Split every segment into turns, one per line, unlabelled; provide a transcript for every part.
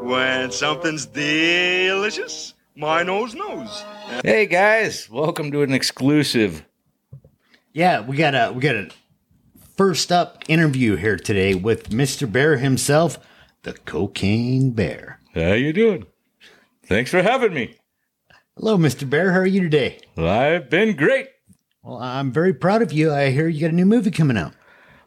When something's delicious, my nose knows.
Hey guys, welcome to an exclusive.
Yeah, we got a we got a first up interview here today with Mr. Bear himself, the Cocaine Bear.
How you doing? Thanks for having me.
Hello, Mr. Bear. How are you today?
I've been great.
Well, I'm very proud of you. I hear you got a new movie coming out.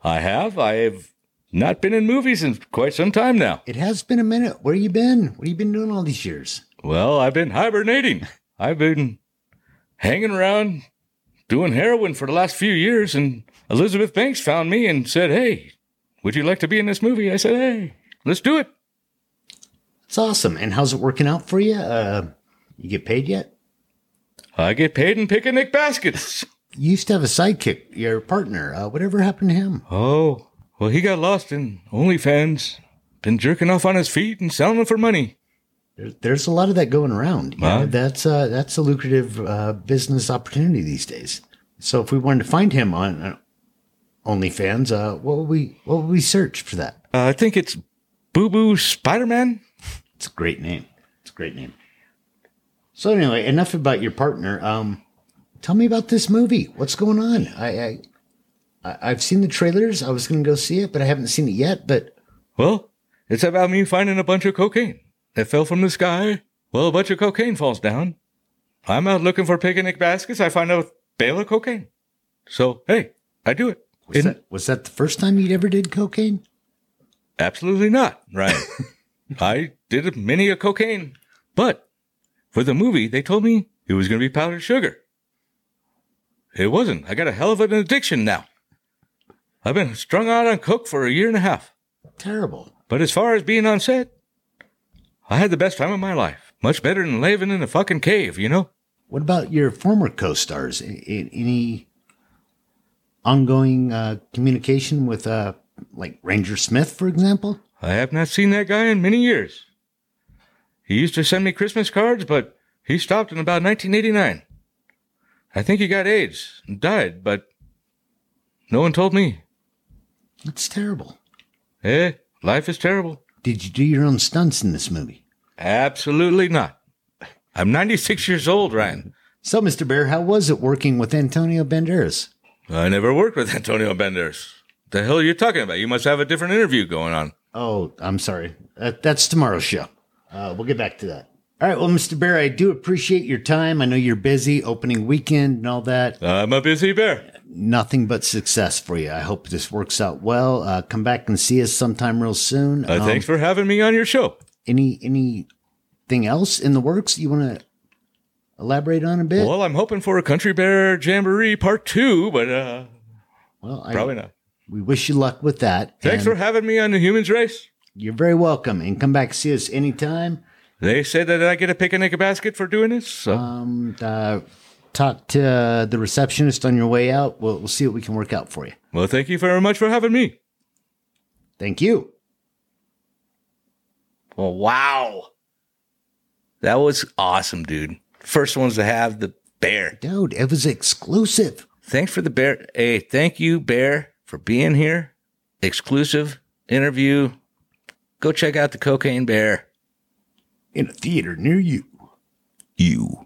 I have. I've not been in movies in quite some time now.
It has been a minute. Where you been? What have you been doing all these years?
Well, I've been hibernating. I've been hanging around doing heroin for the last few years, and Elizabeth Banks found me and said, Hey, would you like to be in this movie? I said, Hey, let's do it.
It's awesome. And how's it working out for you? Uh, you get paid yet?
I get paid in picnic baskets.
You used to have a sidekick, your partner. Uh, whatever happened to him?
Oh, well, he got lost in OnlyFans. Been jerking off on his feet and selling them for money.
There, there's a lot of that going around. You know,
Wow.
that's uh, that's a lucrative uh, business opportunity these days. So if we wanted to find him on uh, OnlyFans, uh, what would we what would we search for that?
Uh, I think it's Boo Boo Spider Man.
It's a great name. It's a great name. So anyway, enough about your partner. Um, tell me about this movie. What's going on? I, I I- I've seen the trailers. I was going to go see it, but I haven't seen it yet. But
Well, it's about me finding a bunch of cocaine that fell from the sky. Well, a bunch of cocaine falls down. I'm out looking for picnic baskets. I find a bale of cocaine. So, hey, I do it.
was
In-
that was that the first time you'd ever did cocaine?
Absolutely not, Ryan. I did many a cocaine, but for the movie, they told me it was going to be powdered sugar. It wasn't. I got a hell of an addiction now. I've been strung out on coke for a year and a half.
Terrible.
But as far as being on set, I had the best time of my life. Much better than living in a fucking cave, you know?
What about your former co-stars? A- a- Any ongoing uh, communication with, uh, like Ranger Smith, for example?
I have not seen that guy in many years. He used to send me Christmas cards, but he stopped in about 1989. I think he got AIDS and died, but no one told me.
That's terrible.
Eh, life is terrible.
Did you do your own stunts in this movie?
Absolutely not. I'm 96 years old, Ryan.
So, Mr. Bear, how was it working with Antonio Banderas?
I never worked with Antonio Banderas. The hell are you talking about? You must have a different interview going on.
Oh, I'm sorry. That, that's tomorrow's show. Uh, we'll get back to that. All right. Well, Mr. Bear, I do appreciate your time. I know you're busy, opening weekend and all that.
I'm a busy bear.
Nothing but success for you. I hope this works out well. Uh, come back and see us sometime real soon.
Uh,
Um,
thanks for having me on your show.
any anything else in the works you want to elaborate on a bit?
Well, I'm hoping for a Country Bear Jamboree Part 2, but uh,
Well, I,
probably not.
we wish you luck with that.
Thanks
and
for having me on the Humans Race.
You're very welcome, and come back see us anytime.
They said that I get a picnic basket for doing this. So.
Um, uh, talk to uh, the receptionist on your way out. We'll, we'll see what we can work out for you.
well, thank you very much for having me.
Thank you.
Well, wow. That was awesome, dude. First ones to have the bear.
Dude, it was exclusive.
Thanks for the bear. Hey, thank you, bear, for being here. Exclusive interview. Go check out the cocaine bear.
In a theater near you.
You.